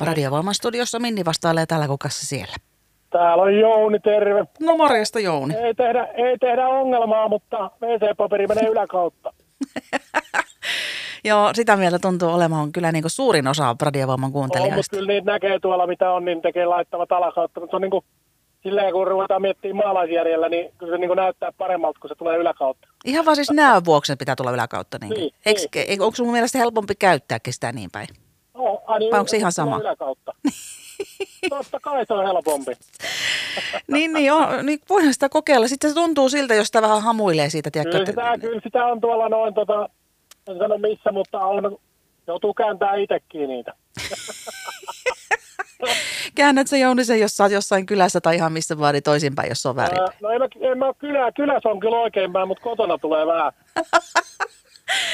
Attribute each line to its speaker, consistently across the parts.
Speaker 1: Radiovoiman studiossa Minni vastailee täällä kukassa siellä.
Speaker 2: Täällä on Jouni, terve.
Speaker 1: No morjesta Jouni.
Speaker 2: Ei tehdä, ei tehdä ongelmaa, mutta WC-paperi menee yläkautta.
Speaker 1: Joo, sitä mieltä tuntuu olemaan kyllä niin kuin suurin osa radiovoiman
Speaker 2: On, mutta
Speaker 1: kuuntelijoista.
Speaker 2: kyllä niitä näkee tuolla, mitä on, niin tekee laittavat alakautta. Mutta se on niin kuin, silleen, kun ruvetaan miettimään maalaisjärjellä, niin kyllä se niin kuin näyttää paremmalta, kun se tulee yläkautta.
Speaker 1: Ihan vaan siis näön vuoksi ne pitää tulla yläkautta. Niin.
Speaker 2: Niin,
Speaker 1: Niin. Onko sun mielestä helpompi käyttääkin sitä niin päin?
Speaker 2: No, aina
Speaker 1: Vai onko se ihan
Speaker 2: tulee
Speaker 1: sama?
Speaker 2: Yläkautta. Totta kai se on helpompi.
Speaker 1: niin, niin, on, niin voidaan sitä kokeilla. Sitten se tuntuu siltä, jos sitä vähän hamuilee siitä. Tiedätkö,
Speaker 2: Kyllä sitä, kyllä sitä on tuolla noin, tota, en sano missä, mutta on, joutuu kääntää itsekin niitä.
Speaker 1: Käännät se Jouni sen, jos sä oot jossain kylässä tai ihan missä vaan, niin toisinpäin, jos se on väärin.
Speaker 2: Ää, no en mä, en mä kylä, kylässä on kyllä oikein päin, mutta kotona tulee vähän.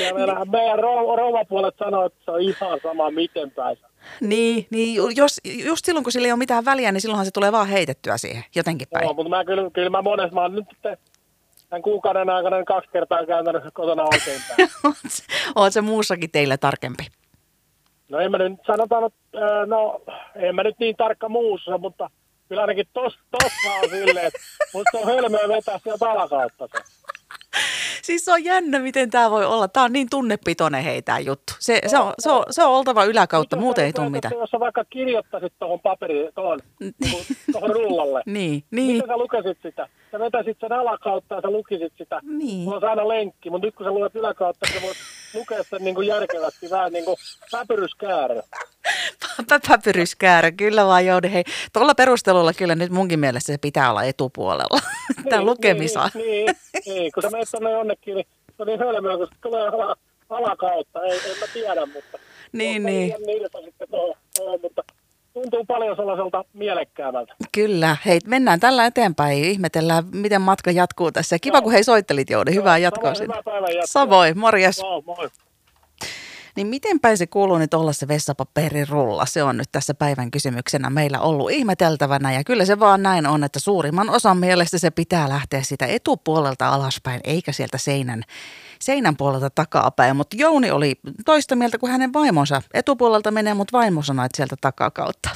Speaker 2: Ja meillä, meidän rou- rouvapuolet sanoo, että se on ihan sama miten päin.
Speaker 1: Niin, niin ju- jos, just silloin, kun sillä ei ole mitään väliä, niin silloinhan se tulee vaan heitettyä siihen jotenkin päin.
Speaker 2: No, mutta mä kyllä, kyllä mä monessa, mä oon nyt sitten tämän kuukauden aikana niin kaksi kertaa kääntänyt sen kotona oikein päin.
Speaker 1: Oot se- Oot se muussakin teillä tarkempi.
Speaker 2: No en mä nyt, sanotaan, että ää, no en mä nyt niin tarkka muussa, mutta kyllä ainakin tos, tossa on silleen, että musta se on hölmöä vetää sieltä alakautta se.
Speaker 1: Siis se on jännä, miten tämä voi olla. Tämä on niin tunnepitoinen heitää juttu. Se, se, on, se, on, se on oltava yläkautta, muuten ei tule
Speaker 2: Jos sä
Speaker 1: mitään.
Speaker 2: laitat- Jos sä vaikka kirjoittaisit tuohon paperiin, tuohon, tuohon rullalle,
Speaker 1: Niin, niin.
Speaker 2: Miten sä lukesit sitä? Sä vetäisit sen alakautta ja sä lukisit sitä.
Speaker 1: Niin.
Speaker 2: Mulla on aina lenkki, mutta nyt kun sä luet yläkautta, sä voit lukea sen niin kuin järkevästi vähän niin kuin läpyryskäärä.
Speaker 1: Päpyriskäärä, kyllä vaan Jouni. Hei, tuolla perustelulla kyllä nyt munkin mielestä se pitää olla etupuolella. Tämä niin, lukemisa.
Speaker 2: Niin, niin, niin, kun sä menet tuonne jonnekin, niin se on niin hölmöä, kun se tulee ala, alakautta. Ei, en mä tiedä, mutta...
Speaker 1: Niin,
Speaker 2: mutta
Speaker 1: niin.
Speaker 2: liian Nilsa sitten tuohon, tuohon, mutta tuntuu paljon sellaiselta mielekkäämältä.
Speaker 1: Kyllä. Hei, mennään tällä eteenpäin. Ihmetellään, miten matka jatkuu tässä. Kiva, kun hei soittelit Jouni. Hyvää jatkoa
Speaker 2: samoin,
Speaker 1: sinne.
Speaker 2: hyvää päivän jatkoa.
Speaker 1: Samoin, morjes.
Speaker 2: Wow, moi.
Speaker 1: Niin miten päin se kuuluu nyt olla se vessapaperirulla? Se on nyt tässä päivän kysymyksenä meillä ollut ihmeteltävänä. Ja kyllä se vaan näin on, että suurimman osan mielestä se pitää lähteä sitä etupuolelta alaspäin, eikä sieltä seinän, seinän puolelta takapäin. Mutta Jouni oli toista mieltä kuin hänen vaimonsa. Etupuolelta menee, mutta vaimo sanoi, että sieltä takakautta.